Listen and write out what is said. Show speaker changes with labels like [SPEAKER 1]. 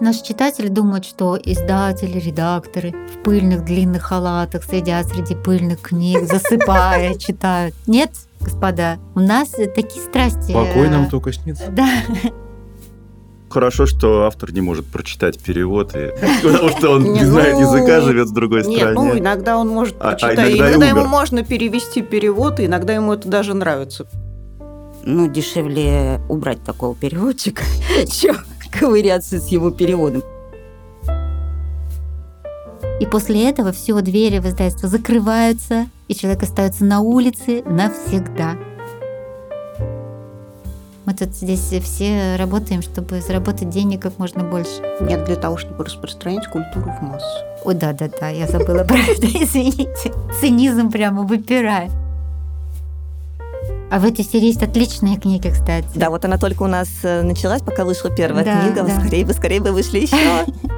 [SPEAKER 1] Наш читатель думает, что издатели, редакторы в пыльных длинных халатах сидят среди пыльных книг, засыпая, читают. Нет, господа, у нас такие
[SPEAKER 2] Э.
[SPEAKER 1] страсти. э,
[SPEAKER 3] Покой нам только снится.
[SPEAKER 1] Да,
[SPEAKER 4] Хорошо, что автор не может прочитать перевод, и- потому что он не знает языка, живет в другой
[SPEAKER 2] Ну, Нет, ну
[SPEAKER 4] стране.
[SPEAKER 2] иногда он может
[SPEAKER 4] А- а
[SPEAKER 2] прочитать.
[SPEAKER 4] иногда
[SPEAKER 2] иногда
[SPEAKER 4] и
[SPEAKER 2] ему
[SPEAKER 4] умер.
[SPEAKER 2] можно перевести перевод, и иногда ему это даже нравится.
[SPEAKER 5] Ну, дешевле убрать такого переводчика, чем ковыряться с его переводом.
[SPEAKER 1] И после этого все двери в издательство закрываются, и человек остается на улице навсегда. Мы тут здесь все работаем, чтобы заработать денег как можно больше.
[SPEAKER 2] Нет, для того, чтобы распространять культуру в массу.
[SPEAKER 1] Ой, да-да-да, я забыла про это, извините. Цинизм прямо выпирает. А в этой серии есть отличные книги, кстати.
[SPEAKER 5] Да, вот она только у нас э, началась, пока вышла первая
[SPEAKER 1] Да,
[SPEAKER 5] книга.
[SPEAKER 1] да.
[SPEAKER 5] Скорее бы, скорее бы вышли еще.